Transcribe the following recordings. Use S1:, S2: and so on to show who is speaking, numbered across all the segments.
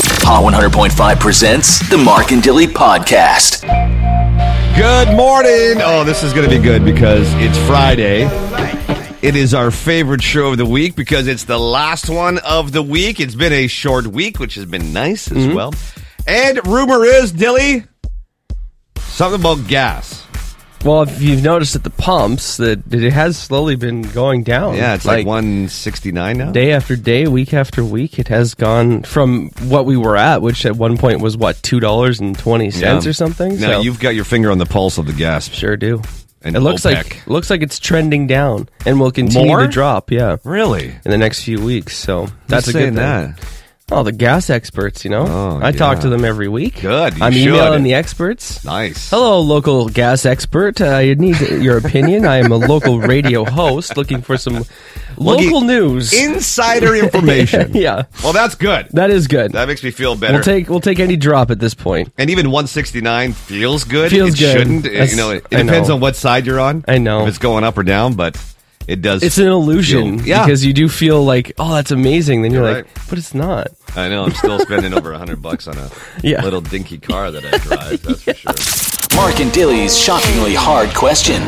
S1: Hot 100.5 presents the Mark and Dilly Podcast.
S2: Good morning. Oh, this is going to be good because it's Friday. It is our favorite show of the week because it's the last one of the week. It's been a short week, which has been nice as
S3: Mm-hmm.
S2: well. And rumor is, Dilly, something about gas.
S3: Well, if you've noticed at the pumps that that it has slowly been going down.
S2: Yeah, it's like, 169 now.
S3: day after day, week after week, it has gone from what we were at, which at one point was what two dollars and twenty cents
S2: Yeah.
S3: or something.
S2: Now
S3: so
S2: you've got your finger on the pulse of the gas.
S3: sure do.
S2: And
S3: it looks
S2: OPEC.
S3: like looks like it's trending down and will continue
S2: More?
S3: to drop. Yeah,
S2: Really?
S3: in the next few weeks. So that's a
S2: Who's
S3: good
S2: saying
S3: thing.
S2: that.
S3: Oh, the gas experts. You know,
S2: Oh,
S3: I talk
S2: yeah.
S3: to them every week.
S2: Good, you
S3: I'm
S2: should.
S3: emailing the experts.
S2: Nice.
S3: Hello, local gas expert. I need your opinion. I am a local radio host looking for some local news.
S2: Insider information.
S3: yeah,
S2: Well, that's good.
S3: that is good.
S2: That makes me feel better.
S3: We'll take we'll take any drop at this point.
S2: And even 169 feels good.
S3: Feels
S2: it
S3: good.
S2: shouldn't. It-
S3: That's-
S2: you know, it, it
S3: I
S2: depends
S3: know.
S2: on what side you're on.
S3: I know.
S2: If it's going up or down, but it does.
S3: It's an illusion
S2: feel- yeah.
S3: because you do feel like, oh, that's amazing. Then you're,
S2: You're
S3: like,
S2: right.
S3: but it's not.
S2: I know. I'm still spending over 100 bucks on a
S3: Yeah.
S2: little dinky car that I drive. That's for sure.
S1: Mark and Dilly's shockingly hard question.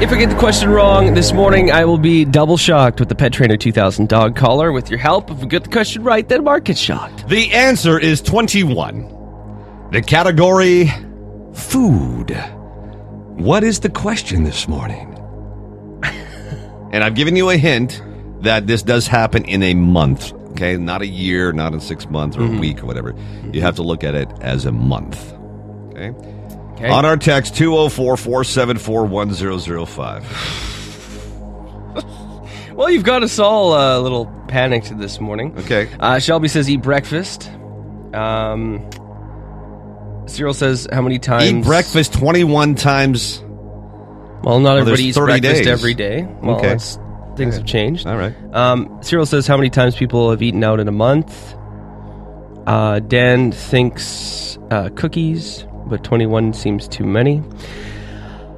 S3: If I get the question wrong this morning, I will be double shocked with the Pet Trainer 2000 dog collar. With your help, if we get the question right, then Mark gets shocked.
S2: The answer is 21. The category food. What is the question this morning? and I've given you a hint that this does happen in a month. Okay, not a year, not in six months or a week or whatever. You have to look at it as a month. Okay.
S3: Okay.
S2: On our text 204 474 1005.
S3: Well, you've got us all uh, a little panicked this morning.
S2: Okay.
S3: Uh, Shelby says eat breakfast. Um, Cyril says how many times?
S2: Eat breakfast 21 times.
S3: Well, not
S2: there's
S3: everybody eats
S2: 30
S3: breakfast
S2: days.
S3: every day. Well,
S2: Okay.
S3: that's- things have changed.
S2: All right.
S3: Um, Cyril says how many times people have eaten out in a month. Uh, Dan thinks uh, cookies, but 21 seems too many.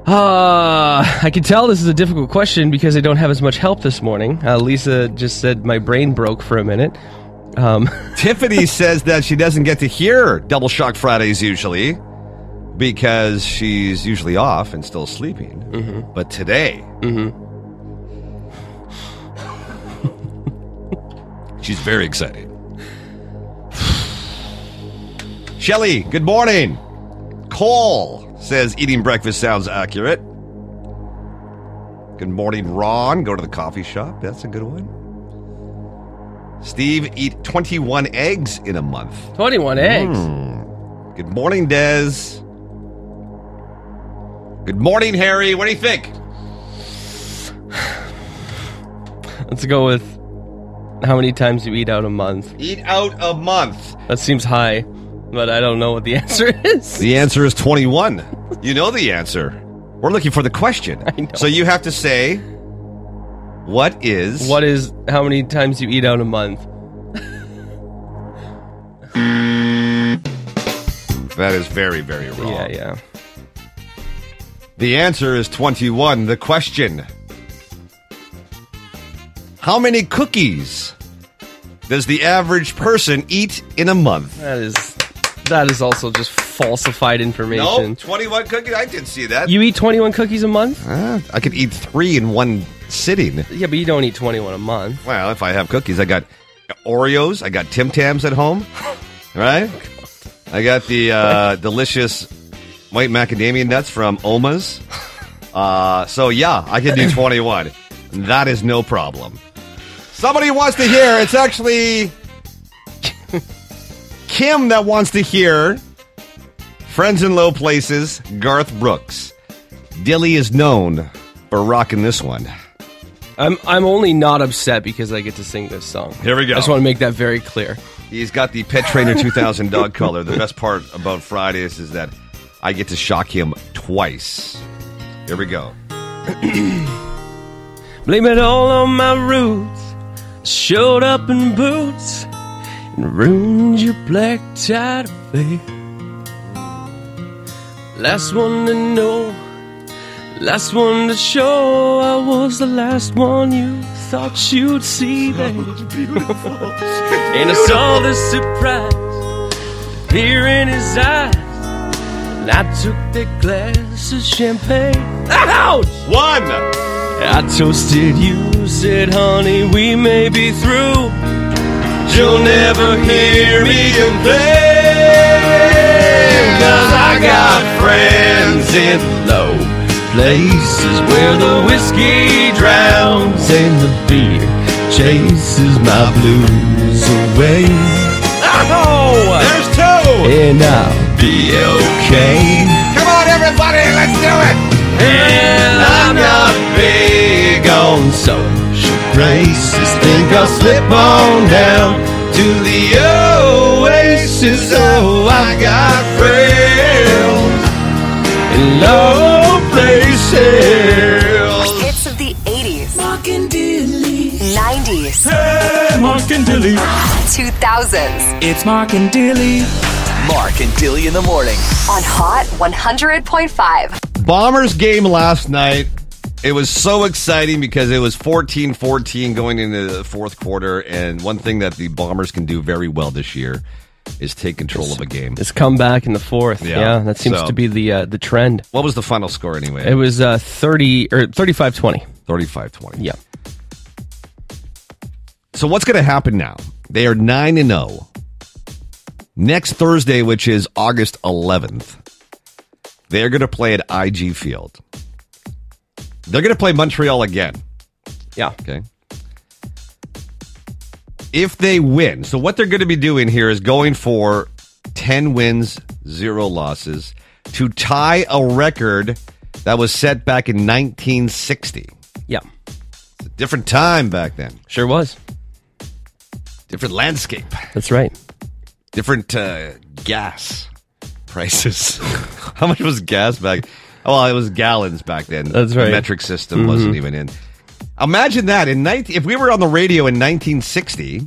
S3: Uh, I can tell this is a difficult question because I don't have as much help this morning. Uh, Lisa just said my brain broke for a minute. Um,
S2: Tiffany says that she doesn't get to hear Double Shock Fridays usually because she's usually off and still sleeping. But today, she's very excited. Shelly, good morning. Cole says eating breakfast sounds accurate. Good morning, Ron. Go to the coffee shop. That's a good one. Steve, eat 21 eggs in a month.
S3: 21 eggs.
S2: Mm. Good morning, Dez. Good morning, Harry. What do you think?
S3: Let's go with how many times you eat out a month.
S2: Eat out a month.
S3: That seems high, but I don't know what the answer is.
S2: The answer is 21. You know the answer. We're looking for the question.
S3: know.
S2: So you have to say, what is.
S3: What is how many times you eat out a month?
S2: That is very, very wrong.
S3: Yeah, yeah.
S2: The answer is 21. The question How many cookies does the average person eat in a month?
S3: That is that is also just falsified information.
S2: No, 21 cookies. I didn't see that.
S3: You eat 21 cookies a month?
S2: Uh, I could eat three in one sitting.
S3: Yeah, but you don't eat 21 a month.
S2: Well, if I have cookies, I got Oreos, I got Tim Tams at home, right? I got the uh, delicious white macadamia nuts from Oma's. Uh, so yeah, I could do 21. That is no problem. Somebody wants to hear. It's actually Kim that wants to hear. Friends in Low Places, Garth Brooks. Dilly is known for rocking this one.
S3: I'm I'm only not upset because I get to sing this song.
S2: Here we go.
S3: I just want to make that very clear.
S2: He's got the Pet Trainer 2000 dog collar. The best part about Fridays is that I get to shock him twice. Here we go.
S3: Blame it all on my roots. Showed up in boots and ruined your black tie affair. Last one to know, last one to show. I was the last one you thought you'd see, babe. and I saw the surprise appear in his eyes. And I took that glass of champagne. Ouch!
S2: One.
S3: I toasted you, said, honey, we may be through. You'll never hear me complain. Cause I got friends in low places where the whiskey drowns and the beer chases my blues away. Oh!
S2: There's two.
S3: And I'll be okay.
S2: Come on, everybody, let's do it.
S3: And I'm not big on social graces. Think I'll slip on down to the oasis. Oh, I got friends in low places.
S4: Hits of the 80s. Mark and 90s.
S5: Mark and Dilly.
S4: 2000s.
S5: It's Mark and Dilly.
S1: Mark and Dilly in the morning.
S4: On Hot 100.5.
S2: Bombers game last night. It was so exciting because it was 14 14 going into the fourth quarter. And one thing that the Bombers can do very well this year is take control of a game.
S3: It's come back in the fourth.
S2: Yeah,
S3: Yeah, that seems
S2: so-
S3: to be the uh, the trend.
S2: What was the final score
S3: It
S2: anyway?
S3: was uh, 30 or 35 20.
S2: 35 20.
S3: Yeah.
S2: So what's going to happen now? They are 9 and 0. Next Thursday, which is August 11th, they're going to play at IG Field. They're going to play Montreal again.
S3: Yeah.
S2: Okay. If they win, so what they're going to be doing here is going for 10 wins, zero losses to tie a record that was set back in 1960.
S3: Yeah.
S2: It's a different time back then,
S3: Sure was.
S2: different landscape,
S3: That's right.
S2: different uh, gas prices. How much was gas back? Well, it was gallons back then.
S3: That's
S2: The
S3: right. Mm-hmm.
S2: metric system wasn't even in. Imagine that in 19, if we were on the radio in 1960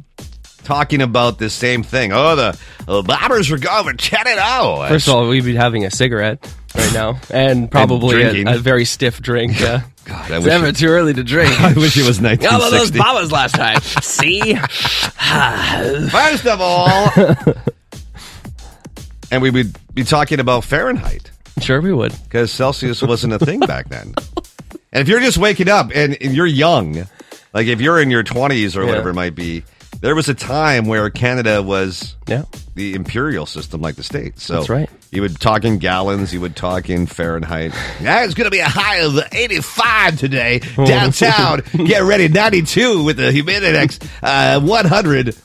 S2: talking about this same thing. Oh, the, the bombers were going 10 and 0.
S3: First of all, we'd be having a cigarette right now, and probably
S2: drinking.
S3: a, a very stiff drink. Yeah.
S2: God, I
S3: it's
S2: wish
S3: never
S2: it-
S3: too early to drink.
S2: I wish it was
S3: Got one of those
S2: 1960.
S3: bombers last time. See,
S2: First of all, and we would be talking about Fahrenheit.
S3: sure we would.
S2: because Celsius wasn't a thing back then. And if you're just waking up and, and you're young, like if you're in your 20s or
S3: Yeah.
S2: whatever it might be, there was a time where Canada was
S3: Yeah,
S2: the imperial system, like the states. So
S3: That's right.
S2: You would talk in gallons, you would talk in Fahrenheit. Yeah, it's going to be a high of 85 today
S3: Oh.
S2: downtown. Get ready, 92 with the humidity index uh, 100.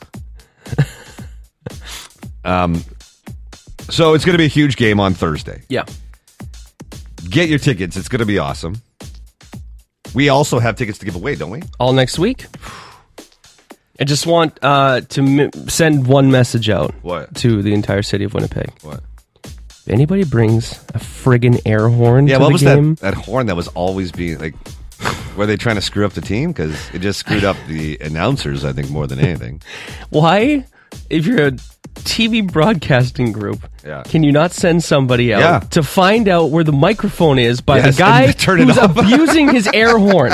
S2: um, so it's going to be a huge game on Thursday
S3: yeah.
S2: get your tickets. It's going to be awesome. We also have tickets to give away, don't we?
S3: All next week. I just want uh, to m- send one message out
S2: What?
S3: to the entire city of Winnipeg.
S2: What?
S3: If anybody brings a friggin' air horn
S2: Yeah,
S3: to
S2: what
S3: the
S2: was
S3: game,
S2: that, that horn that was always being like? Were they trying to screw up the team? Because it just screwed up the announcers, I think, more than anything.
S3: why, if you're a TV broadcasting group,
S2: Yeah.
S3: can you not send somebody out
S2: Yeah.
S3: to find out where the microphone is by
S2: Yes,
S3: the guy
S2: and turn it
S3: who's
S2: off.
S3: abusing his air horn,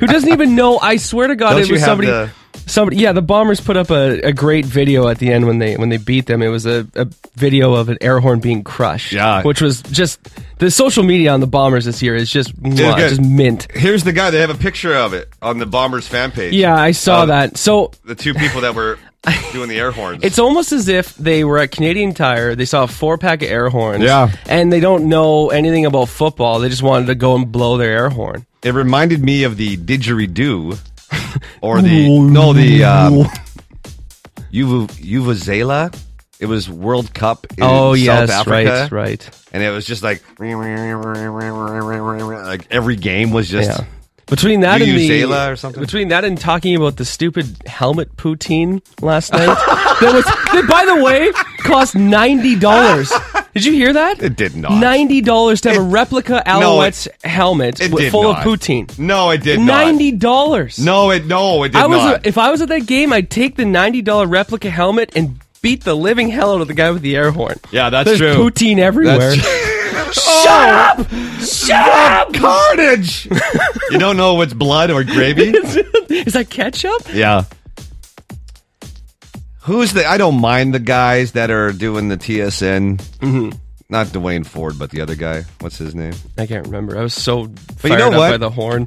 S3: who doesn't even know? I swear to God,
S2: Don't
S3: it
S2: you
S3: was
S2: have
S3: somebody.
S2: the-
S3: Somebody, yeah, the bombers put up a, a great video at the end when they when they beat them. It was a, a video of an air horn being crushed,
S2: Yeah.
S3: which was just the social media on the bombers this year is just mwah,
S2: good.
S3: just mint.
S2: Here's the guy. They have a picture of it on the Bombers fan page.
S3: Yeah, I saw
S2: Uh,
S3: that. So
S2: The two people that were doing the air horns.
S3: It's almost as if they were at Canadian Tire. They saw a four pack of air horns.
S2: Yeah.
S3: And they don't know anything about football. They just wanted to go and blow their air horn.
S2: it reminded me of the didgeridoo, or the no the um, Yuvu Yuvuzela. It was World Cup. In
S3: oh,
S2: South
S3: yes.
S2: Africa.
S3: Right, right.
S2: and it was just like like every game was just
S3: Yeah. Between that and the
S2: Vuvuzela or something?
S3: between that and talking about the stupid helmet poutine last night, that was that by the way cost ninety dollars. Did you hear that?
S2: It did not.
S3: Ninety dollars to have a
S2: It-
S3: replica
S2: No, it-
S3: Alouettes helmet
S2: it
S3: with-
S2: did
S3: full
S2: not.
S3: of poutine.
S2: No, it did not.
S3: Ninety dollars.
S2: No, it no, it did
S3: I was
S2: not.
S3: if I was at that game, I'd take the ninety dollar replica helmet and beat the living hell out of the guy with the air horn.
S2: yeah, that's
S3: There's
S2: true.
S3: poutine everywhere.
S2: Shut up! Shut up! Carnage! you don't know what's blood or gravy?
S3: Is that ketchup?
S2: yeah. Who's the? I don't mind the guys that are doing the TSN.
S3: Mm-hmm.
S2: Not Dwayne Ford, but the other guy. What's his name?
S3: I can't remember. I was so
S2: you
S3: fired
S2: know
S3: up
S2: what?
S3: by the horn.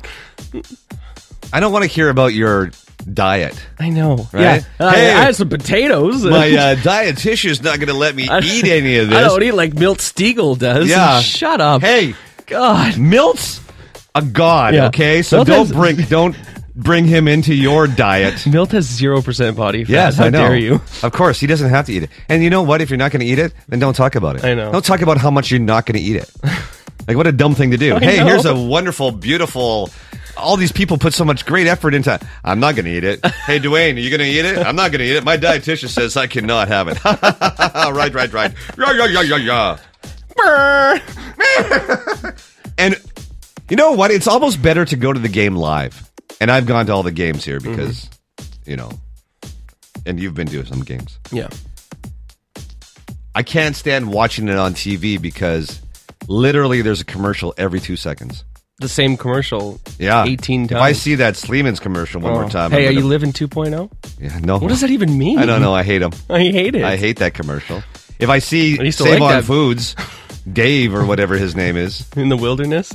S2: I don't want to hear about your diet.
S3: I know.
S2: Right?
S3: Yeah. Uh,
S2: Hey.
S3: I, I had some potatoes.
S2: My uh, dietitian's not going to let me
S3: I-
S2: eat any of this.
S3: I don't eat like Milt Stiegel does.
S2: Yeah.
S3: Shut up.
S2: Hey,
S3: God.
S2: Milt's a god.
S3: Yeah.
S2: Okay, so
S3: Milt
S2: don't
S3: has-
S2: bring don't bring him into your diet.
S3: Milt has 0% body fat.
S2: Yes,
S3: How
S2: I know.
S3: dare you?
S2: Of course, he doesn't have to eat it. And you know what? If you're not going to eat it, then don't talk about it.
S3: I know.
S2: Don't talk about how much you're not going to eat it. like what a dumb thing to do.
S3: I
S2: hey,
S3: know.
S2: here's a wonderful, beautiful. All these people put so much great effort into. I'm not going to eat it. Hey, Dwayne, are you going to eat it? I'm not going to eat it. My dietitian says I cannot have it. right, right, right. Yeah, yeah, yeah, yeah, yeah. And you know what? It's almost better to go to the game live. And I've gone to all the games here because,
S3: Mm-hmm.
S2: you know, and you've been to some games.
S3: Yeah.
S2: I can't stand watching it on TV because literally there's a commercial every two seconds.
S3: The same commercial
S2: Yeah.
S3: 18 times.
S2: If I see that Sleeman's commercial one more
S3: Oh.
S2: time.
S3: Hey, are
S2: I'm
S3: you
S2: gonna-
S3: living 2.0?
S2: Yeah, no.
S3: What does that even mean?
S2: I don't know. I hate him.
S3: I hate it.
S2: I hate that commercial. If I see
S3: I used to
S2: Save
S3: like
S2: On
S3: that.
S2: Foods, Dave or whatever his name is,
S3: In the wilderness?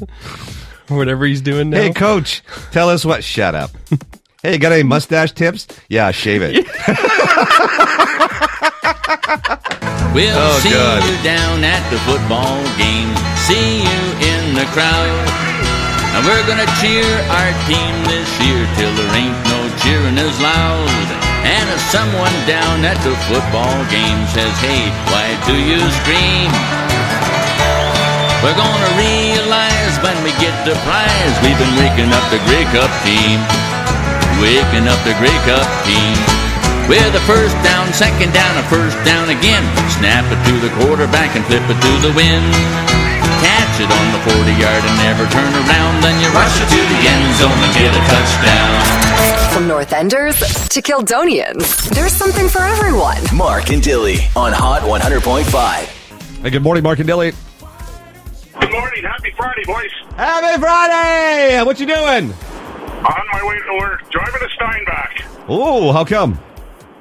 S3: Or whatever he's doing now.
S2: Hey, coach, tell us what. Shut up. Hey, got any mustache tips? Yeah, shave it.
S6: We'll
S2: Oh,
S6: see
S2: God.
S6: you down at the football game. See you in the crowd. And we're gonna cheer our team this year till there ain't no cheering as loud. And if someone down at the football game says, Hey, why do you scream? We're gonna realize when we get the prize, we've been waking up the Grey Cup team. Waking up the Grey Cup team. With a first down, second down, a first down again. Snap it to the quarterback and flip it to the wind. Catch it on the 40 yard and never turn around. Then you rush it to the end zone and get a touchdown.
S7: From North Enders to Kildonians, there's something for everyone.
S1: Mark and Dilly on Hot 100.5.
S2: Hey, good morning, Mark and Dilly.
S8: Good morning. Happy Friday, boys.
S2: Happy Friday! What you doing?
S8: On my way to work, driving to Steinbach.
S2: Oh, how come?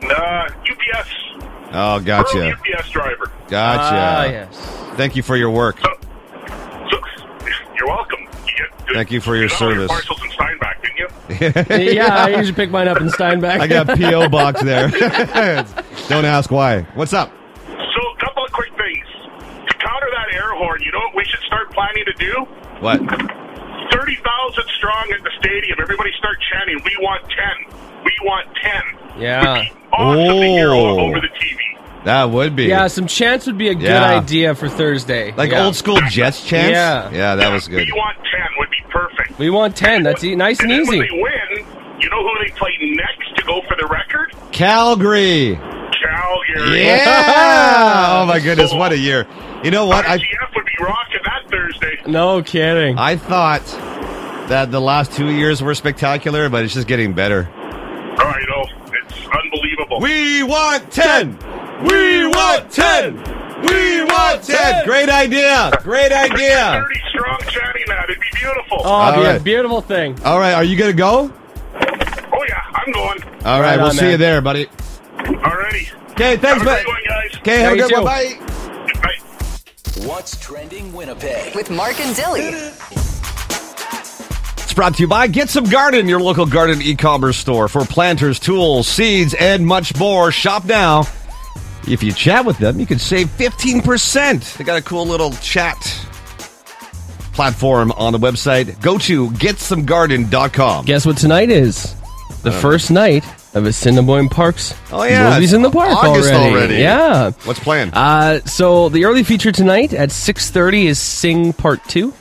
S8: Uh, UPS.
S2: Oh,
S8: Rural
S2: gotcha,
S8: UPS driver.
S2: gotcha.
S3: Ah, yes.
S2: Thank you for your work.
S8: So, so you're welcome. You get-
S2: Thank you for your
S8: got all
S2: service.
S8: parcels in Steinbach, didn't you?
S3: yeah, I usually pick mine up in Steinbach.
S2: I got a PO box there. Don't ask why. What's up?
S8: So, a couple of quick things to counter that air horn. You know what we should start planning to do?
S2: What?
S8: Thirty thousand strong at the stadium. Everybody start chanting, "We want ten. We want ten.
S3: Yeah.
S8: Awesome to hear
S2: Oh.
S8: all over the TV.
S2: That would be
S3: Yeah, some chance would be a good
S2: Yeah.
S3: idea for Thursday.
S2: like
S3: Yeah.
S2: old school Jets chants.
S3: Yeah.
S2: yeah, that was good.
S8: We want ten would be perfect.
S3: We want 10. That's e- nice and
S8: then
S3: easy.
S8: When they win, you know who they play next to go for the record?
S2: Calgary.
S8: Calgary.
S2: Yeah. oh my goodness, what a year! You know what? I
S8: IGF would be rocking that Thursday.
S3: No kidding.
S2: I thought that the last two years were spectacular, but it's just getting better.
S8: All right, oh, it's unbelievable.
S2: We want 10! We want 10! We want 10! Great idea! Great idea!
S8: Thirty strong chanting that. It'd be beautiful.
S2: Ah,
S3: oh, it'd be
S2: All right.
S3: a beautiful thing.
S2: All right, are you going to go?
S8: oh yeah, I'm going.
S2: All right,
S3: Right
S2: we'll
S3: on,
S2: see
S3: man.
S2: you there, buddy.
S8: Already.
S2: Okay, thanks,
S8: Have a
S2: buddy.
S8: great one, guys.
S2: Okay, have a
S3: Yeah,
S2: good
S3: you
S2: one.
S3: too.
S2: Bye.
S8: Bye.
S1: What's trending Winnipeg?
S7: With Mark and Dilly.
S2: It's brought to you by Get Some Garden, your local garden e commerce store for planters, tools, seeds, and much more. Shop now. If you chat with them, you can save 15%. They got a cool little chat platform on the website. Go to getsomegarden.com.
S3: Guess what tonight is? The first night of Assiniboine Park's
S2: Uh. Oh, yeah,
S3: Movies
S2: it's
S3: in the Park
S2: August
S3: already.
S2: already.
S3: Yeah.
S2: What's playing?
S3: Uh, so the early feature tonight at 6.30 is Sing Part 2.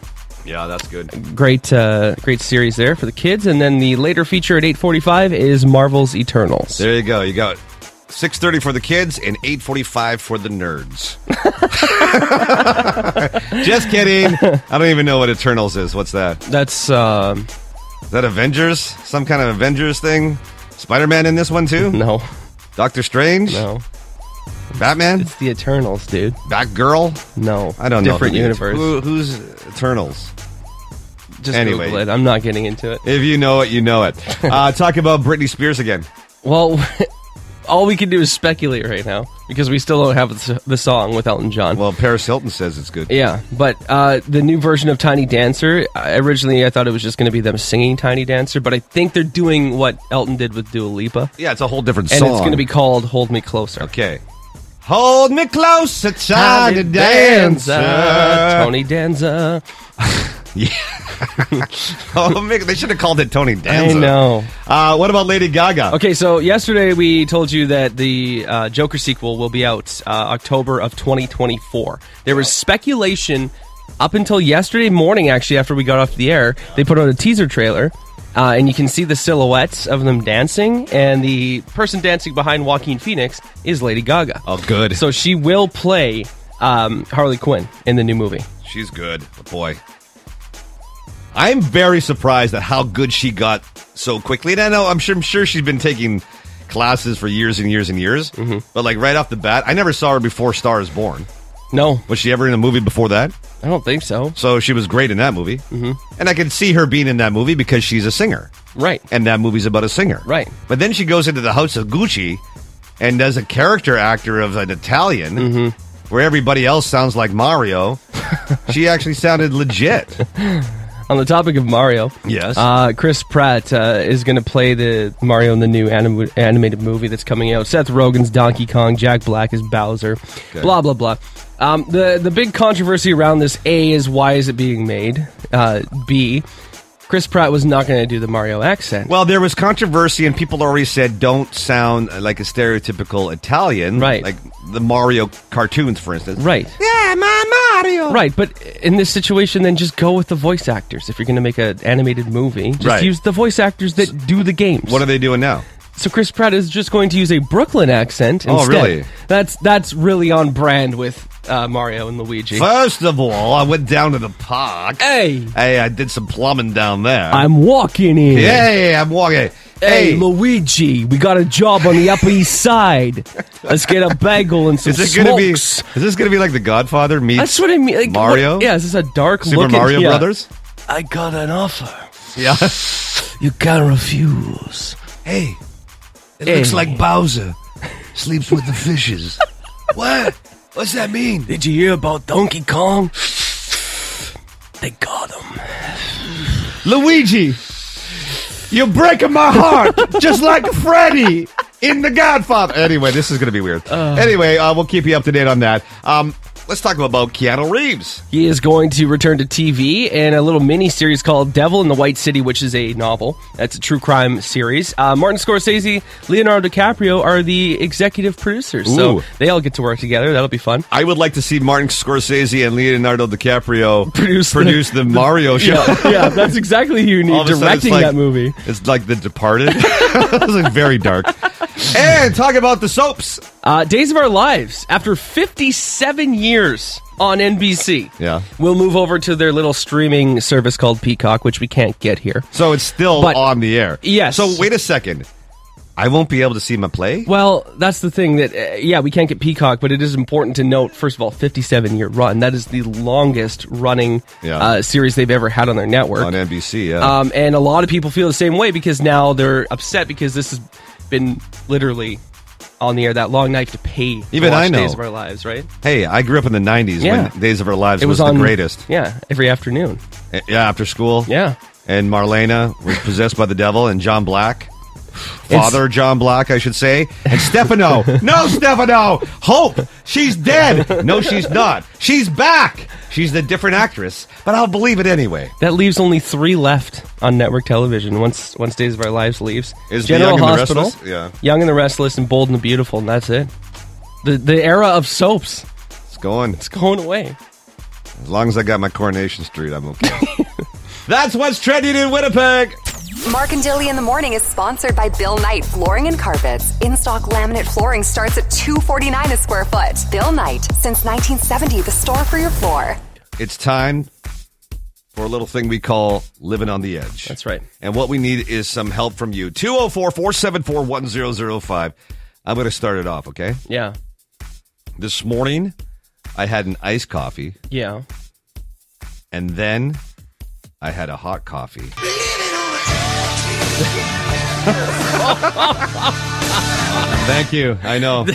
S2: yeah, that's good.
S3: Great uh, great series there for the kids. And then the later feature at 8.45 is Marvel's Eternals.
S2: There you go. You got 6:30 for the kids and 8:45 for the nerds. Just kidding. I don't even know what Eternals is. What's that?
S3: That's... um
S2: Is that Avengers? Some kind of Avengers thing? Spider-Man in this one too?
S3: no,
S2: Doctor Strange?
S3: no.
S2: Batman?
S3: It's the Eternals, dude.
S2: Batgirl?
S3: No.
S2: I don't
S3: Different
S2: know. the names.
S3: universe.
S2: Who, who's Eternals?
S3: Just
S2: Anyway.
S3: Google it. I'm not getting into it.
S2: If you know it, you know it. Uh, talk about Britney Spears again.
S3: Well, all we can do is speculate right now because we still don't have the- the song with Elton John.
S2: Well, Paris Hilton says it's good.
S3: Yeah, but uh, the new version of Tiny Dancer. I- Originally, I thought it was just going to be them singing Tiny Dancer, but I think they're doing what Elton did with Dua Lipa,
S2: Yeah, it's a whole different
S3: and
S2: song.
S3: it's going to be called "Hold Me Closer."
S2: okay. Hold me close, it's time to dance.
S3: Tony Danza.
S2: Oh, Mick, they should have called it Tony
S3: I
S2: Danza.
S3: know.
S2: Uh, what about Lady Gaga?
S3: Okay, so yesterday we told you that the uh, Joker sequel will be out uh, October of 2024. There was speculation up until yesterday morning, actually, after we got off the air. They put out a teaser trailer, uh, and you can see the silhouettes of them dancing, and the person dancing behind Joaquin Phoenix is Lady Gaga.
S2: Oh, good.
S3: So she will play um, Harley Quinn in the new movie.
S2: She's good, but boy. I'm very surprised at how good she got so quickly. And I know I'm sure I'm sure she's been taking classes for years and years and years. But like right off the bat, I never saw her before Star is Born.
S3: No,
S2: Was she ever in a movie before that?
S3: I don't think so.
S2: So she was great in that movie. Mm-hmm. And I could see her being in that movie because she's a singer.
S3: Right.
S2: And that movie's about a singer.
S3: Right.
S2: But then she goes into the House of Gucci and does a character actor of an Italian
S3: Mm-hmm.
S2: where everybody else sounds like Mario. she actually sounded legit.
S3: On the topic of Mario,
S2: Yes.
S3: uh, Chris Pratt uh, is going to play the Mario in the new anim- animated movie that's coming out. Seth Rogen's Donkey Kong, Jack Black is Bowser, blah blah blah. Um, the the big controversy around this A is why is it being made? Uh, B, Chris Pratt was not going to do the Mario accent.
S2: Well, there was controversy, and people already said don't sound like a stereotypical Italian,
S3: Right.
S2: Like the Mario cartoons, for instance,
S3: right,
S2: Yeah, my Mario.
S3: right. But in this situation, then just go with the voice actors. If you're going to make an animated movie, just
S2: Right.
S3: use the voice actors that do the games.
S2: What are they doing now?
S3: So Chris Pratt is just going to use a Brooklyn accent.
S2: Oh,
S3: instead.
S2: really?
S3: That's that's really on brand with uh, Mario and Luigi.
S2: First of all, I went down to the park.
S3: Hey,
S2: Hey, I did some plumbing down there.
S3: Eh. I'm walking in.
S2: Hey, I'm walking.
S3: Hey, Luigi, we got a job on the Upper East Side. Let's get a bagel and some
S2: is it gonna be?
S3: smokes.
S2: Is this gonna be like The Godfather meets
S3: That's what I mean. Like,
S2: Mario?
S3: What, yeah, is this a dark
S2: Super
S3: look? at-
S2: Mario
S3: yeah.
S2: Brothers?
S3: I got an offer.
S2: Yeah.
S3: You can't refuse.
S2: Hey, it
S3: Hey. looks like
S2: Bowser sleeps with the fishes. what? What's that mean?
S3: Did you hear about Donkey Kong? They got him.
S2: Luigi, you're breaking my heart, just like Freddy in The Godfather. Anyway, this is going to be weird. anyway, uh, we'll keep you up to date on that. Um, let's talk about Keanu Reeves.
S3: He is going to return to TV in a little mini series called Devil in the White City, which is a novel. That's a true crime series. Uh, Martin Scorsese, Leonardo DiCaprio are the executive producers, so
S2: Ooh.
S3: they all get to work together. That'll be fun.
S2: I would like to see Martin Scorsese and Leonardo DiCaprio
S3: Produce the-
S2: the, Mario show.
S3: yeah, that's exactly who you
S2: All
S3: need
S2: of a sudden, it's
S3: directing
S2: like-
S3: that movie.
S2: It's like The Departed. it's like very dark. And talk about the soaps.
S3: Uh, Days of Our Lives, after 57 years on NBC,
S2: Yeah.
S3: we'll move over to their little streaming service called Peacock, which we can't get here.
S2: So it's still
S3: But-
S2: on the air.
S3: Yes.
S2: So wait a second. I won't be able to see my play.
S3: Well, that's the thing that, uh, yeah, we can't get Peacock, but it is important to note, first of all, 57 year run. That is the longest running
S2: Yeah.
S3: uh, series they've ever had on their network.
S2: on NBC. Yeah.
S3: um, and a lot of people feel the same way because now they're upset because this has been literally on the air that long knife to pay. to
S2: Even
S3: watch
S2: I know.
S3: Days of Our Lives, right?
S2: hey, I grew up in the '90s
S3: Yeah.
S2: when Days of Our Lives was, the greatest.
S3: Yeah, every afternoon.
S2: Uh, Yeah, after school.
S3: Yeah.
S2: And Marlena was possessed by the devil, and John Black, Father John Black, I should say, and Stefano. no, Stefano. Hope she's dead. No, she's not. She's back. She's the different actress, but I'll believe it anyway.
S3: That leaves only three left on network television. Once once Days of Our Lives leaves,
S2: Is the
S3: General
S2: Young and the
S3: Hospital,
S2: Restless? Yeah.
S3: Young and the Restless, and Bold and the Beautiful, and that's it. The the era of soaps
S2: It's going.
S3: it's going away.
S2: As long as I got my Coronation Street, I'm okay. That's what's trending in Winnipeg.
S7: Mark and Dilly in the morning is sponsored by Bill Knight Flooring and Carpets. In stock laminate flooring starts at $249 a square foot. Bill Knight, since 1970, the store for your floor.
S2: It's time for a little thing we call living on the edge.
S3: That's right.
S2: And what we need is some help from you. 204 474 1005. I'm going to start it off, okay?
S3: Yeah,
S2: This morning, I had an iced coffee,
S3: yeah.
S2: and then I had a hot coffee. Thank you. I know.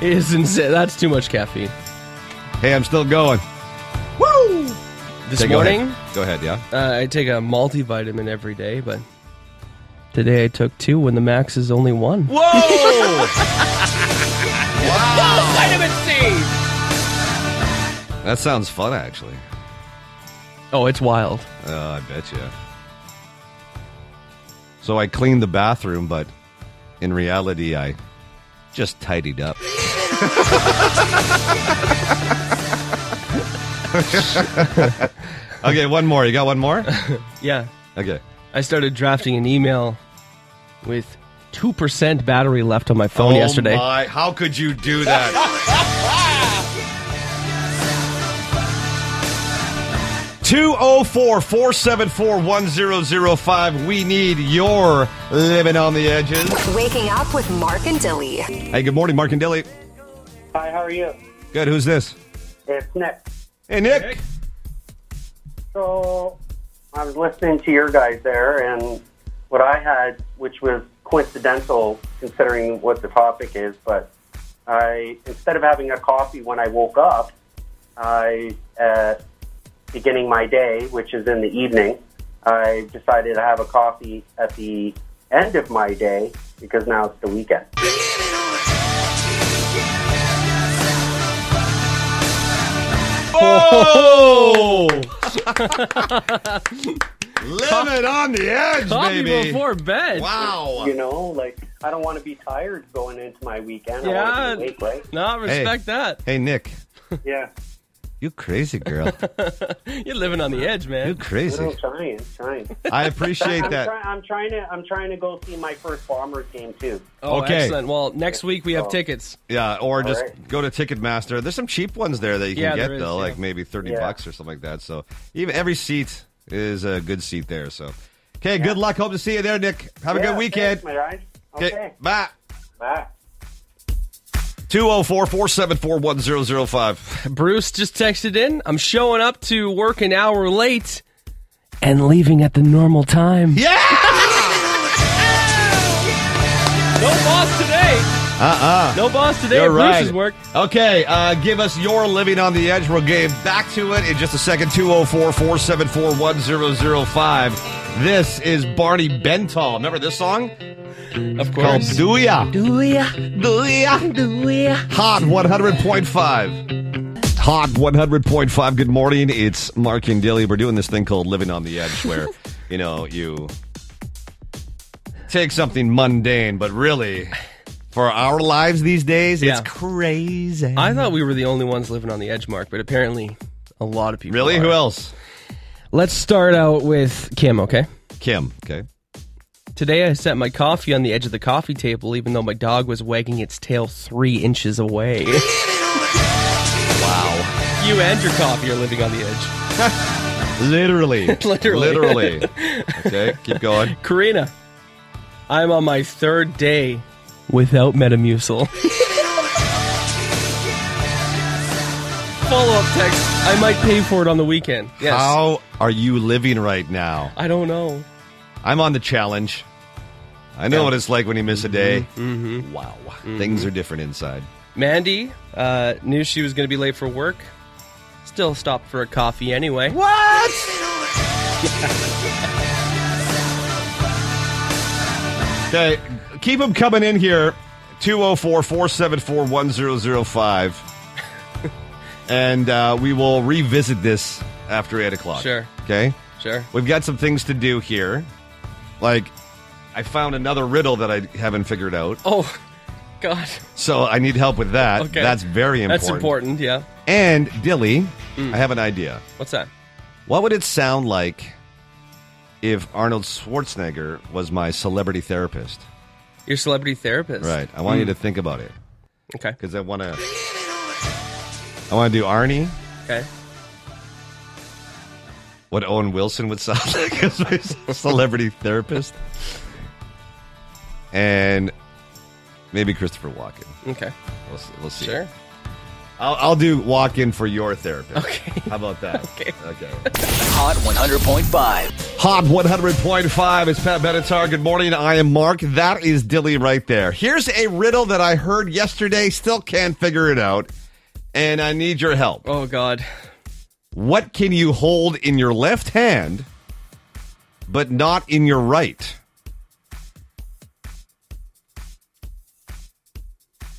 S3: Is insane. That's too much caffeine.
S2: hey, I'm still going.
S3: Woo! This
S2: Okay, go ahead.
S3: morning,
S2: Go ahead, yeah.
S3: uh, I take a multivitamin every day, but today I took two when the max is only one.
S2: Whoa!
S3: Oh, vitamin C!
S2: that sounds fun, actually.
S3: Oh, it's wild.
S2: Oh, I bet you. So I cleaned the bathroom, but in reality, I just tidied up. okay, one more. You got one more?
S3: Yeah.
S2: Okay.
S3: I started drafting an email with 2% battery left on my phone yesterday.
S2: Oh my, how could you do that? Two zero four four seven four one zero zero five. We need your living on the edges.
S7: Waking up with Mark and Dilly.
S2: Hey, good morning, Mark and Dilly.
S9: Hi, how are you?
S2: Good. Who's this?
S9: It's Nick.
S2: Hey, Nick.
S9: So I was listening to your guys there, and what I had, which was coincidental considering what the topic is, but I instead of having a coffee when I woke up, I uh, beginning my day, which is in the evening, I decided to have a coffee at the end of my day because now it's the weekend.
S2: Oh! living on the edge,
S3: Coffee
S2: baby.
S3: before bed.
S2: Wow.
S9: You know, like I don't want to be tired going into my weekend. I
S3: Yeah.
S9: want to be awake, right?
S3: No, I respect that.
S2: Hey, Nick.
S9: Yeah.
S2: You crazy girl.
S3: You're living on the edge,
S2: You
S3: man.
S9: No,
S2: crazy.
S9: trying, trying.
S2: I appreciate
S9: I'm,
S2: that.
S9: try- I'm trying to. I'm trying to go see my first Bombers game too.
S3: Oh,
S2: Okay.
S3: excellent. Well, next week we have tickets.
S2: Yeah, or just
S9: right.
S2: go to Ticketmaster. There's some cheap ones there that you can
S3: Yeah,
S2: get
S3: there is,
S2: though,
S3: yeah.
S2: like maybe thirty
S9: Yeah.
S2: bucks or something like that. So even every seat is a good seat there. So, okay, good luck. Hope to see you there, Nick. Have a
S9: Yeah,
S2: good weekend.
S9: thanks, my guys. Okay.
S2: 'Kay, bye.
S9: Bye.
S2: 204-474-1005.
S3: Bruce just texted in. I'm showing up to work an hour late and leaving at the normal time. Yeah. No boss today. Uh uh No boss today.
S2: Uh-uh. You're
S3: at
S2: right.
S3: Bruce's work.
S2: Okay, uh, give us your living on the edge. We'll get back to it in just a second. 204-474-1005. This is Barney Bentall. Remember this song?
S3: Of
S2: Called
S3: course.
S2: Do Ya. Do Ya. Do Ya. Do Ya. Hot 100.5. Hot 100.5. Good morning. It's Mark and Dilly. We're doing this thing called Living on the Edge where, you know, you take something mundane, but really, for our lives these days,
S3: Yeah.
S2: it's crazy.
S3: I thought we were the only ones living on the edge, Mark, but apparently a lot of people.
S2: really?
S3: are.
S2: Who else?
S3: Let's start out with Kim, okay?
S2: Kim. Okay.
S3: Today I set my coffee on the edge of the coffee table, even though my dog was wagging its tail three inches away. wow. You and your coffee are living on the edge.
S2: Literally.
S3: Literally.
S2: Literally. Okay. Keep going.
S3: Karina, I'm on my third day without Metamucil. Follow up text. I might pay for it on the weekend. Yes.
S2: How are you living right now?
S3: I don't know.
S2: I'm on the challenge. I know what it's like when you miss a day. Wow, things are different inside.
S3: Mandy uh, knew she was going to be late for work. Still stopped for a coffee anyway.
S2: Okay, keep them coming in here. 204-474-1005. and uh, we will revisit this after 8 o'clock.
S3: Sure.
S2: Okay?
S3: Sure.
S2: We've got some things to do here. Like, I found another riddle that I haven't figured out.
S3: Oh, God.
S2: So I need help with that.
S3: Okay.
S2: That's very important. Mm.
S3: That's important, yeah.
S2: And, Dilly, I have an idea.
S3: What's that?
S2: What would it sound like if Arnold Schwarzenegger was my celebrity therapist?
S3: Your celebrity therapist.
S2: Right. I want you to think about it
S3: Okay.
S2: because I want to. I want to do Arnie.
S3: Okay.
S2: What Owen Wilson would sound like as my celebrity therapist, and maybe Christopher Walken.
S3: Okay.
S2: We'll see. We'll see.
S3: Sure.
S2: I'll, I'll do walk in for your therapist. Okay. How about that? okay. Okay.
S1: Hot 100.5.
S2: Hot 100.5. It's Pat Benatar. Good morning. I am Mark. That is Dilly right there. Here's a riddle that I heard yesterday. Still can't figure it out. And I need your help.
S3: Oh God.
S2: What can you hold in your left hand, but not in your right?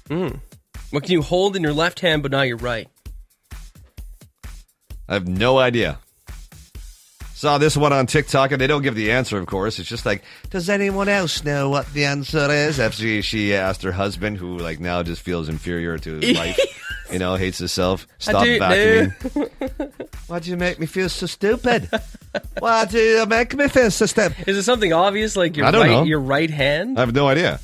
S3: What can you hold in your left hand but not your right?
S2: I have no idea. Saw this one on TikTok, and they don't give the answer, of course. It's just like, does anyone else know what the answer is? After she, she asked her husband, who like now just feels inferior to his wife, you know, hates himself. Stop
S3: don't
S2: vacuuming. Why do you make me feel so stupid? Why do you make me feel so stupid?
S3: Is it something obvious like your
S2: I don't
S3: right
S2: know.
S3: your right hand?
S2: I have no idea.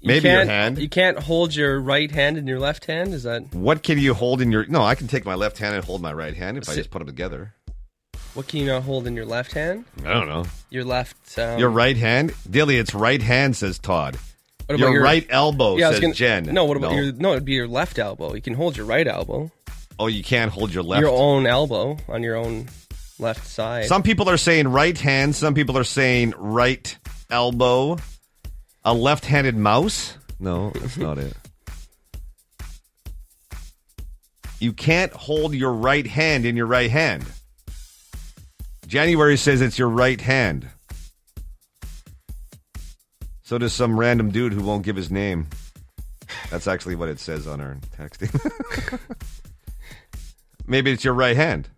S3: You
S2: Maybe your
S3: can't-
S2: hand.
S3: You can't hold your right hand in your left hand. Is that
S2: What can you hold in your? No, I can take my left hand and hold my right hand if I just put them together.
S3: what can you not hold in your left hand?
S2: I don't know.
S3: Your left. Um,
S2: Your right hand, Dilly. It's right hand, says Todd.
S3: what about
S2: Your, right elbow,
S3: Yeah, I was
S2: says
S3: gonna-
S2: Jen.
S3: No, what about your? No, it'd be your left elbow. You can hold your right elbow,
S2: Oh, you can't hold your left.
S3: your own elbow on your own left side.
S2: Some people are saying right hand. Some people are saying right elbow. A left-handed mouse? No, that's not it. You can't hold your right hand in your right hand. January says it's your right hand. So does some random dude who won't give his name. That's actually what it says on our texting. Maybe it's your right hand.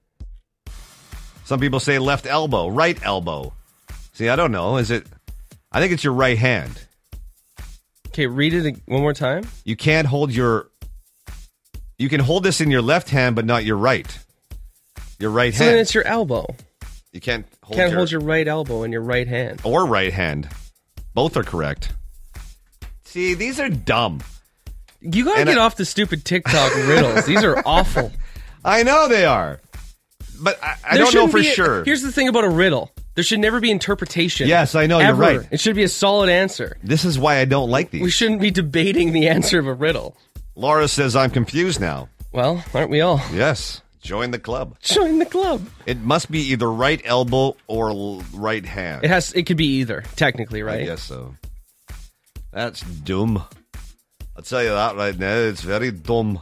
S2: Some people say left elbow, right elbow. See, I don't know. Is it? I think it's your right hand.
S3: okay, read it ag- one more time.
S2: You can't hold your. You can hold this in your left hand, but not your right. Your right
S3: So then
S2: hand.
S3: it's your elbow.
S2: you can't hold
S3: Can't
S2: your,
S3: hold your right elbow in your right hand.
S2: or right hand. Both are correct. See, these are dumb.
S3: You gotta
S2: And
S3: get
S2: I-
S3: off the stupid TikTok riddles. These are awful.
S2: I know they are, but I, I don't
S3: There
S2: know
S3: shouldn't
S2: for
S3: be a-
S2: sure.
S3: Here's the thing about a riddle: there should never be interpretation.
S2: Yes, I know, you're
S3: ever.
S2: right.
S3: It should be a solid answer.
S2: this is why I don't like these.
S3: We shouldn't be debating the answer of a riddle.
S2: Laura says I'm confused now.
S3: Well, aren't we all?
S2: Yes, join the club.
S3: Join the club.
S2: It must be either right elbow or l- right hand.
S3: It has. It could be either, technically,
S2: I
S3: right?
S2: guess so. That's dumb. I'll tell you that right now. It's very dumb.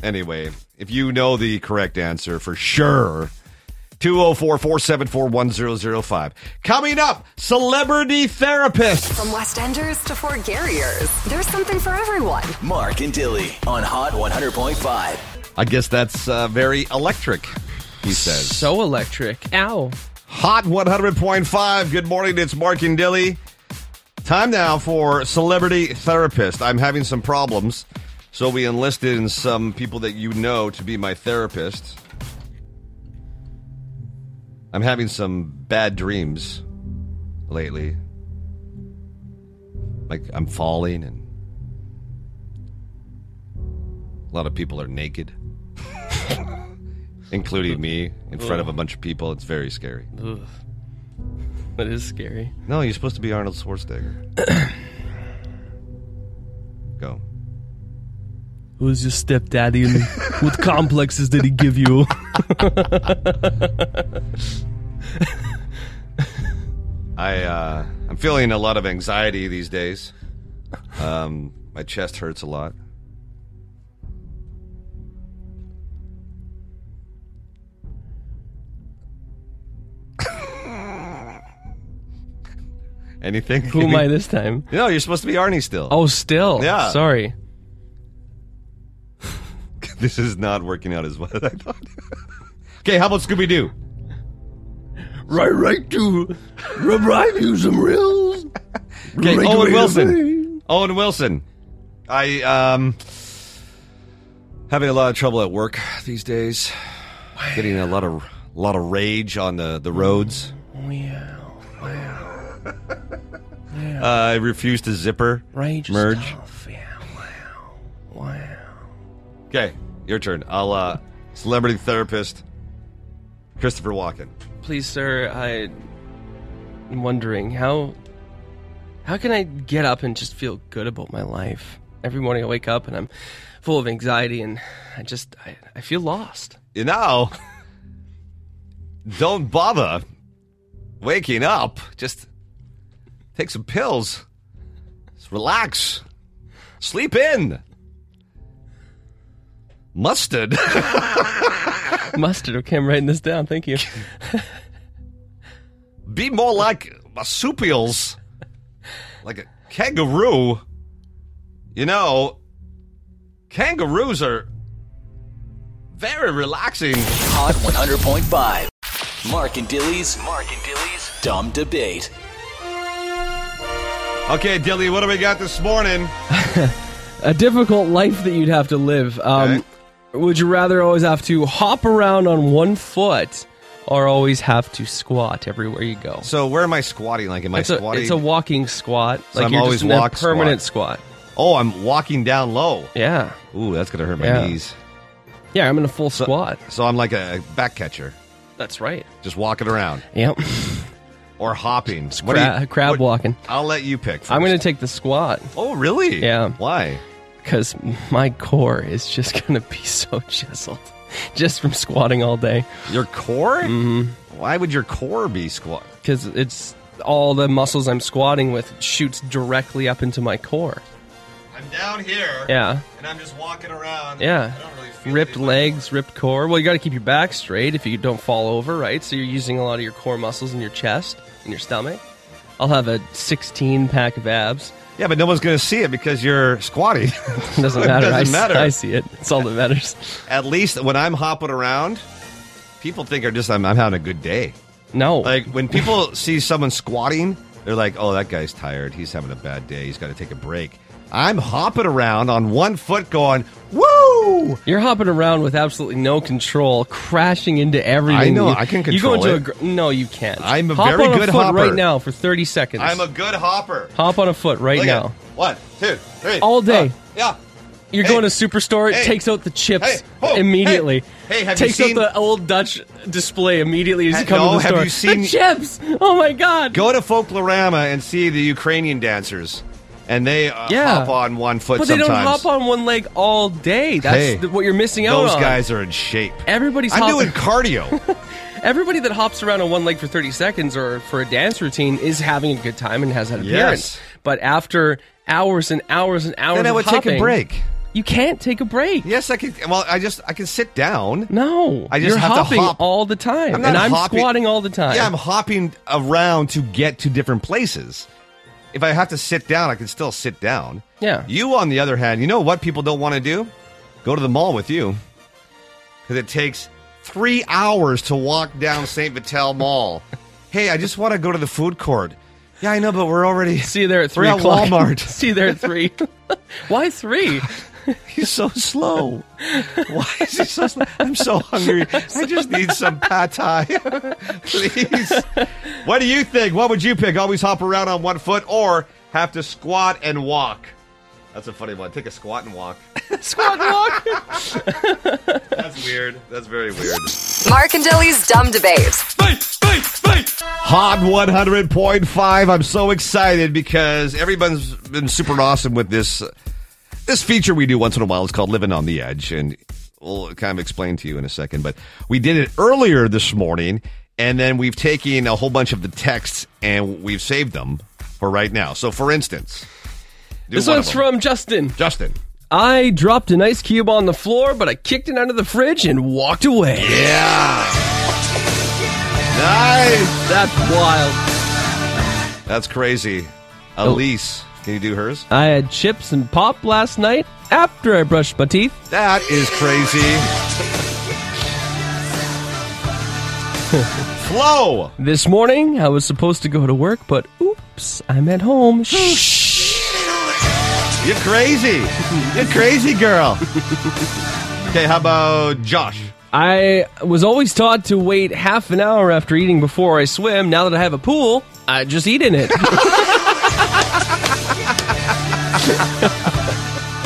S2: Anyway, if you know the correct answer for sure, 204 474 1005. Coming up, celebrity therapist.
S7: From Westenders to Fort Garriers, there's something for everyone.
S1: Mark and Dilly on Hot 100.5.
S2: I guess that's uh, very electric, he says.
S3: So electric. Ow.
S2: Hot 100.5. Good morning. It's Mark and Dilly. Time now for celebrity therapist. I'm having some problems, so we enlisted in some people that you know to be my therapist. I'm having some bad dreams lately. Like I'm falling and a lot of people are naked. Including me in front of a bunch of people. It's very scary.
S3: That is scary.
S2: No, you're supposed to be Arnold Schwarzenegger. Go.
S3: Who's your stepdaddy and what complexes did he give you?
S2: I uh, I'm feeling a lot of anxiety these days. Um, my chest hurts a lot. Anything?
S3: Who am I this time?
S2: No, you're supposed to be Arnie still.
S3: Oh, still.
S2: Yeah.
S3: Sorry.
S2: this is not working out as well as I thought. okay, how about Scooby Doo?
S3: Right, right, to revive you some reels.
S2: Okay,
S3: Right
S2: Owen
S3: away,
S2: Wilson. Owen Wilson. I um having a lot of trouble at work these days. Getting a lot of lot of rage on the the roads.
S3: Yeah.
S2: Uh, I refuse to zipper
S3: Rage.
S2: merge.
S3: Stuff. Yeah. Wow. Wow.
S2: Okay, your turn. I'll uh celebrity therapist Christopher Walken.
S3: Please, sir, I- I'm wondering how. How can I get up and just feel good about my life? every morning I wake up and I'm full of anxiety and I just I, I feel lost.
S2: You know, don't bother waking up. Just take some pills. Just relax. Sleep in. Mustard.
S3: Mustard. Okay, I'm writing this down. Thank you.
S2: Be more like marsupials, like a kangaroo. You know, kangaroos are very relaxing.
S1: Hot 100.5. Mark and Dilly's Mark and Dilly's dumb debate.
S2: Okay, Dilly, what do we got this morning?
S3: A difficult life that you'd have to live. Um, Would you rather always have to hop around on one foot or always have to squat everywhere you go?
S2: So where am I squatting? Like, am I
S3: It's a,
S2: squatting?
S3: it's a walking squat.
S2: So I'm
S3: you're
S2: always
S3: just in a
S2: walk squat.
S3: permanent squat.
S2: oh, I'm walking down low.
S3: Yeah.
S2: Ooh, that's gonna hurt my
S3: Yeah.
S2: knees.
S3: Yeah, I'm in a full squat.
S2: So I'm like a back catcher,
S3: That's right.
S2: just walking around
S3: Yep.
S2: or hopping. What do
S3: Cra-
S2: you-
S3: crab
S2: what-
S3: walking.
S2: I'll let you pick.
S3: I'm
S2: first.
S3: going to take the squat
S2: Oh, really?
S3: Yeah.
S2: Why?
S3: because my core is just going to be so chiseled just from squatting all day
S2: Your core?
S3: Mm-hmm.
S2: Why would your core be squat?
S3: because it's all the muscles I'm squatting with shoots directly up into my core.
S2: I'm down here.
S3: Yeah.
S2: And I'm just walking around.
S3: Yeah.
S2: I don't really feel
S3: Ripped
S2: anything.
S3: legs, ripped core. Well, you got to keep your back straight if you don't fall over, right? So you're using a lot of your core muscles in your chest and your stomach. I'll have a 16 pack of abs.
S2: Yeah, but no one's going to see it because you're squatty.
S3: It doesn't matter.
S2: Doesn't
S3: I s-
S2: matter.
S3: I see it. It's all that matters.
S2: At least when I'm hopping around, people think are just I'm, I'm having a good day.
S3: No.
S2: Like when people see someone squatting, they're like, "Oh, that guy's tired. He's having a bad day. He's got to take a break." I'm hopping around on one foot, going, "Woo!"
S3: You're hopping around with absolutely no control, crashing into everything.
S2: I know,
S3: You-
S2: I can
S3: You go
S2: control
S3: into
S2: it.
S3: a gr- no, you can't.
S2: I'm a
S3: Hop
S2: very
S3: on
S2: good
S3: a foot
S2: hopper.
S3: right now for 30 seconds.
S2: I'm a good hopper.
S3: Hop on a foot right
S2: Look at-
S3: now.
S2: one, two, three.
S3: All day.
S2: Uh, yeah.
S3: You're
S2: Hey.
S3: going to superstore. It
S2: Hey.
S3: takes out the chips
S2: Hey. Oh,
S3: immediately.
S2: hey. Hey, have you
S3: takes
S2: seen-
S3: out the old Dutch display immediately as
S2: Ha-
S3: you come
S2: no,
S3: to the
S2: have
S3: store.
S2: you seen-
S3: the chips? Oh my god!
S2: Go to Folklorama and see the Ukrainian dancers, and they uh,
S3: Yeah.
S2: hop on one foot.
S3: but they
S2: sometimes.
S3: don't hop on one leg all day. That's
S2: Hey,
S3: th- what you're missing out
S2: Those
S3: on.
S2: guys are in shape.
S3: Everybody's
S2: I'm
S3: hopping.
S2: doing cardio.
S3: Everybody that hops around on one leg for 30 seconds or for a dance routine is having a good time and has that appearance.
S2: Yes.
S3: But after hours and hours and hours
S2: then I
S3: of
S2: would take a
S3: hopping,
S2: break.
S3: You can't take a break.
S2: Yes, I can. Well, I just I can sit down.
S3: No.
S2: I just
S3: You're
S2: have to
S3: hopping
S2: hop.
S3: all the time.
S2: I'm not
S3: and I'm
S2: hopping-
S3: squatting all the time.
S2: Yeah, I'm hopping around to get to different places. If I have to sit down, I can still sit down.
S3: Yeah.
S2: You, on the other hand, you know what people don't want to do? Go to the mall with you. Because it takes three hours to walk down St. Vitel Mall. hey, I just want to go to the food court. Yeah, I know, but we're already.
S3: See you there at 3
S2: we're at
S3: o'clock.
S2: Walmart.
S3: See you there at 3. Why 3?
S2: He's so slow. Why is he so slow? I'm so hungry. I just need some pad thai. Please. What do you think? What would you pick? Always hop around on one foot or have to squat and walk? That's a funny one. Take a squat and walk.
S3: Squat walk.
S2: That's weird. That's very weird.
S7: Mark and Dilly's dumb debate.
S2: Hot 100.5. I'm so excited because everyone's been super awesome with this this feature we do once in a while. It's called Living on the Edge, and we'll kind of explain to you in a second. But we did it earlier this morning, and then we've taken a whole bunch of the texts and we've saved them for right now. So, for instance, do
S3: This
S2: one of
S3: one's
S2: them.
S3: from Justin.
S2: Justin.
S3: I dropped an ice cube on the floor, but I kicked it under the fridge and walked away.
S2: Yeah. Nice.
S3: That's wild.
S2: That's crazy.
S3: Oh.
S2: Elise, can you do hers?
S3: I had chips and pop last night after I brushed my teeth.
S2: That is crazy. Flo.
S3: This morning, I was supposed to go to work, but oops, I'm at home. Shh.
S2: You're crazy. You're crazy, girl. Okay, how about Josh?
S3: I was always taught to wait half an hour after eating before I swim. Now that I have a pool, I just eat in it.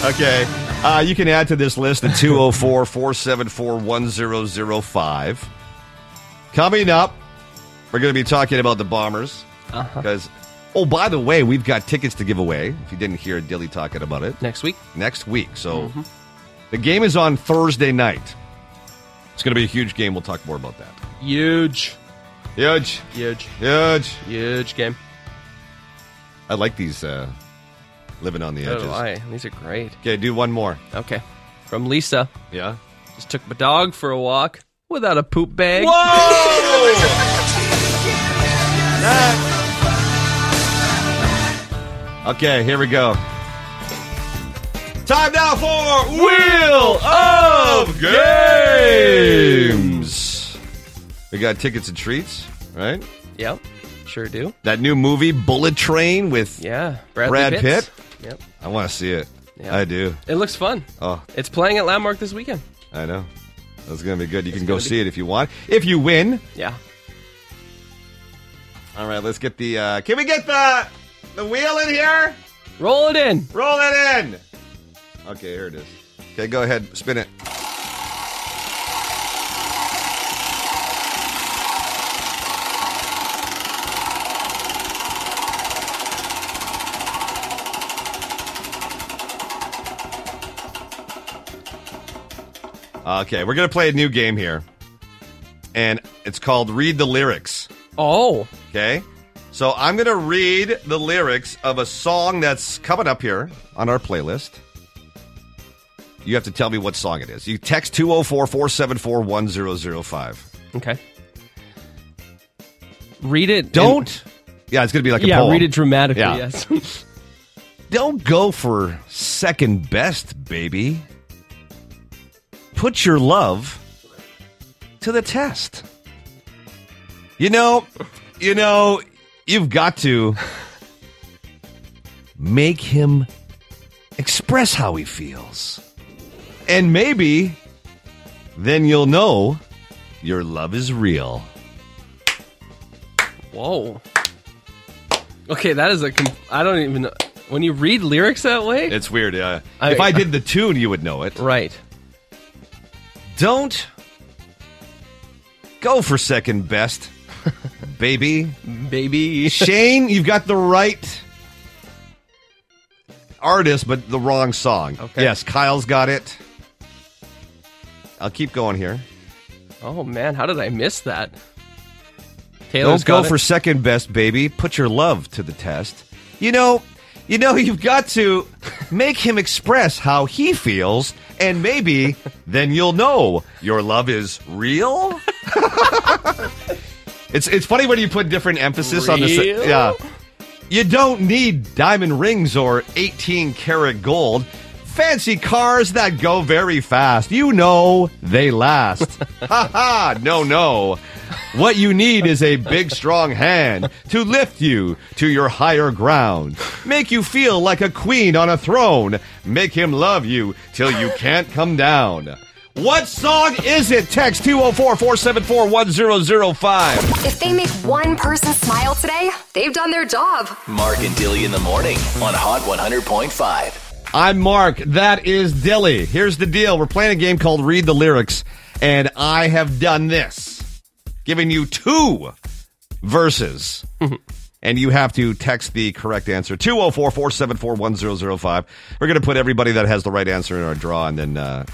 S2: Okay. Uh, you can add to this list oh at 204 474 1005. Coming up, we're going to be talking about the Bombers because Oh, by the way, we've got tickets to give away. If you didn't hear Dilly talking about it,
S3: next week.
S2: Next week. So the game is on Thursday night. It's going to be a huge game. We'll talk more about that.
S3: Huge.
S2: Huge.
S3: Huge.
S2: Huge.
S3: Huge game.
S2: I like these uh, living on the
S3: So
S2: edges.
S3: do Oh, I. These are great.
S2: Okay, do one more.
S3: Okay. From Lisa.
S2: Yeah.
S3: Just took my dog for a walk without a poop bag.
S2: Okay, here we go. Time now for
S3: Wheel
S2: of Games. We got tickets and treats, right?
S3: Yep. Sure do.
S2: That new movie, Bullet Train, with
S3: Yeah. Bradley
S2: Brad
S3: Pitts. Yep.
S2: I want to see it.
S3: Yeah.
S2: I do.
S3: It looks fun.
S2: Oh,
S3: It's playing at Landmark this weekend.
S2: I know. That's going to be good. You can go
S3: gonna be-
S2: see it if you want. If you win.
S3: Yeah.
S2: All right, let's get the. Uh, can we get the the wheel in here?
S3: Roll it in.
S2: Roll it in. Okay, here it is. Okay, go ahead, spin it. Okay, we're gonna play a new game here, and it's called "Read the Lyrics."
S3: Oh.
S2: Okay. So I'm going to read the lyrics of a song that's coming up here on our playlist. You have to tell me what song it is. You text 204 474 1005.
S3: Okay. Read it.
S2: Don't. Yeah, it's going to be like a
S3: yeah,
S2: poem.
S3: read it dramatically.
S2: Yeah.
S3: Yes.
S2: Don't go for second best, baby. Put your love to the test. You know, you know, you've got to make him express how he feels. And maybe then you'll know your love is real.
S3: Whoa. Okay, that is a. Com- I don't even. know. When you read lyrics that way,
S2: It's weird. Uh,
S3: I-
S2: if I did the tune, you would know it.
S3: right?
S2: Don't go for second best, baby.
S3: Baby.
S2: Shane, you've got the right artist, but the wrong song.
S3: Okay.
S2: Yes, Kyle's got it. I'll keep going here.
S3: Oh man, how did I miss that? Taylor's
S2: Don't
S3: got
S2: go
S3: it.
S2: for second best, baby. Put your love to the test. You know, you know, you've got to make him express how he feels, and maybe then you'll know your love is real. it's it's funny when you put different emphasis on this.
S3: Real?
S2: Yeah, you don't need diamond rings or eighteen karat gold. Fancy cars that go very fast. You know they last. ha ha! No, no. What you need is a big, strong hand to lift you to your higher ground, make you feel like a queen on a throne, make him love you till you can't come down. What song is it? Text 204 474 1005.
S7: If they make one person smile today, they've done their job.
S1: Mark and Dilly in the morning on Hot 100.5.
S2: I'm Mark. That is Dilly. Here's the deal we're playing a game called Read the Lyrics, and I have done this, giving you two verses. and you have to text the correct answer 204 474 1005. We're going to put everybody that has the right answer in our draw and then uh,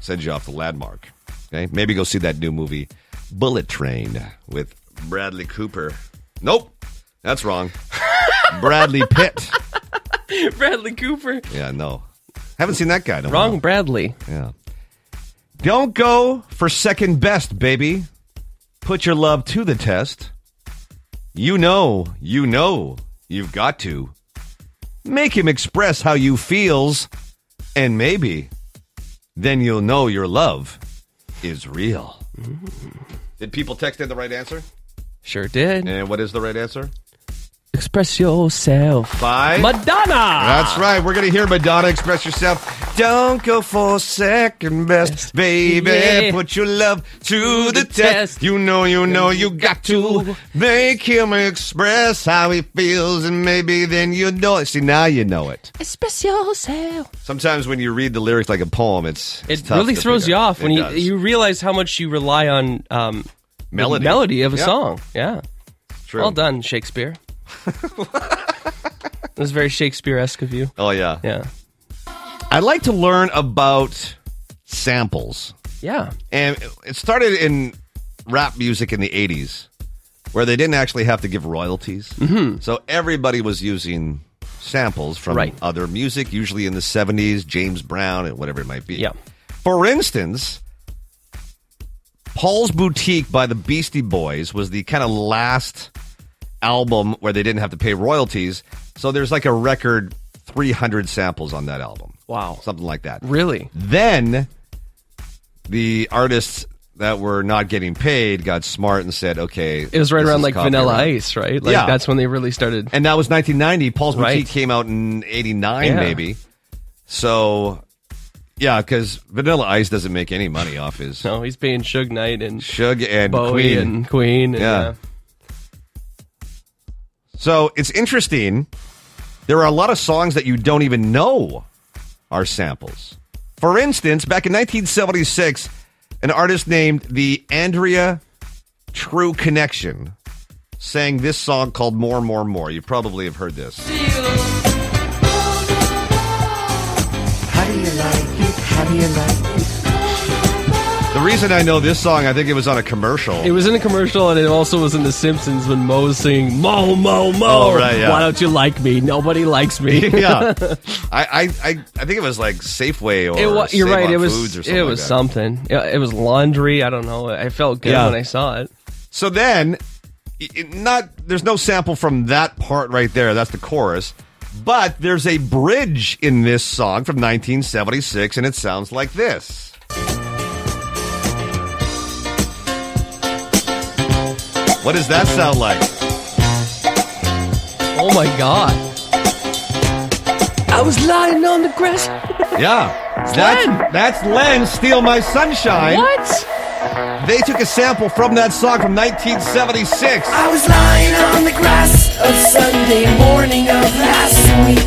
S2: send you off the landmark. Okay, maybe go see that new movie, Bullet Train, with Bradley Cooper. Nope, that's wrong. Bradley Pitt.
S3: Bradley Cooper.
S2: Yeah, no. Haven't seen that guy. in a while.
S3: Wrong, Bradley.
S2: Yeah. Don't go for second best, baby. Put your love to the test. You know, you know, you've got to. Make him express how you feels, and maybe then you'll know your love is real. Did people text in the right answer?
S3: Sure did.
S2: And what is the right answer?
S3: Express yourself.
S2: Bye.
S3: Madonna.
S2: That's right. We're going to hear Madonna express yourself. Don't go for second best, baby.
S3: Yeah.
S2: Put your love to the
S3: the
S2: test.
S3: test.
S2: You know, you know, you got to
S3: to.
S2: make him express how he feels, and maybe then you know it. See, now you know it.
S3: Express yourself.
S2: Sometimes when you read the lyrics like a poem, it's, it's
S3: It
S2: tough
S3: really
S2: to
S3: throws
S2: figure
S3: you
S2: out.
S3: off when
S2: It
S3: you
S2: does.
S3: you realize how much you rely on um, the
S2: Melody.
S3: melody of a
S2: Yeah.
S3: song. Yeah.
S2: True.
S3: Well done, Shakespeare. It was very Shakespeare esque of you.
S2: Oh yeah.
S3: Yeah.
S2: I'd like to learn about samples.
S3: Yeah.
S2: And it started in rap music in the 80s where they didn't actually have to give royalties. Mm-hmm. So everybody was using samples from
S3: Right.
S2: other music, usually in the 70s, James Brown and whatever it might be.
S3: Yeah.
S2: For instance, Paul's Boutique by the Beastie Boys was the kind of last album where they didn't have to pay royalties. So there's like a record 300 samples on that album.
S3: Wow.
S2: Something like that.
S3: Really?
S2: Then the artists that were not getting paid got smart and said, okay.
S3: It was right
S2: this
S3: around
S2: is
S3: like Vanilla
S2: copyright.
S3: Ice, right? Like
S2: Yeah.
S3: that's when they really started.
S2: And that was 1990. Paul's
S3: Right.
S2: Boutique came out in 89,
S3: Yeah.
S2: maybe. So, yeah, because Vanilla Ice doesn't make any money off his.
S3: No, he's being Suge Knight and
S2: Suge and
S3: Bowie
S2: Queen.
S3: and Queen. And,
S2: Yeah.
S3: yeah.
S2: So it's interesting. There are a lot of songs that you don't even know are samples. For instance, back in 1976, an artist named the Andrea True Connection sang this song called More, More, More. You probably have heard this.
S5: How do you like it? How do you like it?
S2: The reason I know this song, I think it was on a commercial.
S3: It was in a commercial and it also was in The Simpsons when Moe's singing Mo Mo Mo.
S2: Oh, right, yeah.
S3: Why don't you like me? Nobody likes me.
S2: yeah. I, I, I, I think it was like Safeway or
S3: It wa- you're
S2: Save
S3: right.
S2: On
S3: It was
S2: Foods or
S3: it
S2: something like
S3: was
S2: that.
S3: something. Yeah, It was laundry. I don't know. I felt good
S2: Yeah.
S3: when I saw it.
S2: So then, i- i- not there's no sample from that part right there. That's the chorus. But there's a bridge in this song from 1976, and it sounds like this. What does that sound like?
S3: Oh my god! I was lying on the grass.
S2: Yeah. That's, that's Len, Steal My Sunshine.
S3: What?
S2: They took a sample from that song from 1976.
S5: I was lying on the grass of Sunday morning of last week.